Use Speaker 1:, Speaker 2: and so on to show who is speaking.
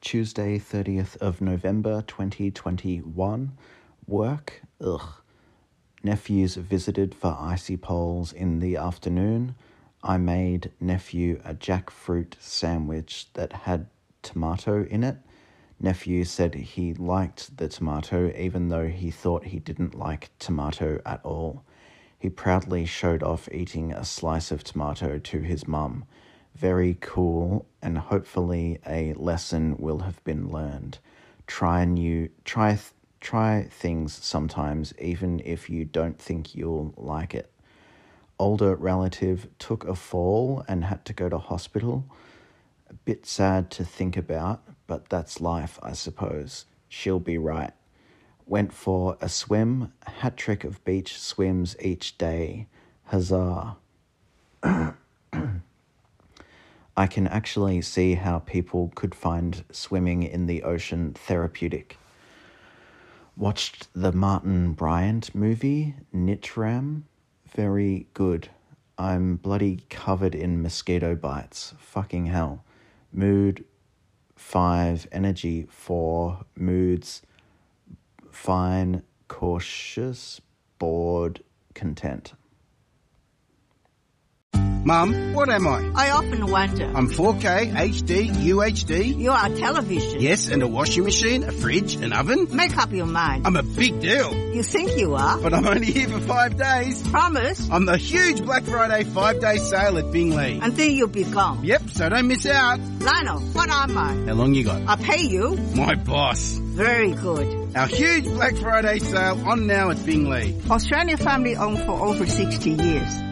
Speaker 1: Tuesday, 30th of November 2021. Work, ugh. Nephews visited for icy poles in the afternoon. I made nephew a jackfruit sandwich that had tomato in it. Nephew said he liked the tomato, even though he thought he didn't like tomato at all. He proudly showed off eating a slice of tomato to his mum. Very cool, and hopefully a lesson will have been learned. Try new, try, th- try things sometimes, even if you don't think you'll like it. Older relative took a fall and had to go to hospital. A bit sad to think about, but that's life, I suppose. She'll be right. Went for a swim, hat trick of beach swims each day. Huzzah. I can actually see how people could find swimming in the ocean therapeutic. Watched the Martin Bryant movie, Nitram. Very good. I'm bloody covered in mosquito bites. Fucking hell. Mood 5, energy 4, moods fine, cautious, bored, content.
Speaker 2: Mum, what am I?
Speaker 3: I often wonder.
Speaker 2: I'm 4K, HD, UHD.
Speaker 3: You are television.
Speaker 2: Yes, and a washing machine, a fridge, an oven.
Speaker 3: Make up your mind.
Speaker 2: I'm a big deal,
Speaker 3: you think you are.
Speaker 2: but I'm only here for five days.
Speaker 3: Promise,
Speaker 2: On the huge Black Friday five day sale at Bingley.
Speaker 3: and then you'll be gone.
Speaker 2: Yep, so don't miss out.
Speaker 3: Lionel, what am I?
Speaker 2: How long you got?
Speaker 3: I pay you.
Speaker 2: My boss.
Speaker 3: Very good.
Speaker 2: Our huge Black Friday sale on now at Bingley.
Speaker 3: Australian family owned for over 60 years.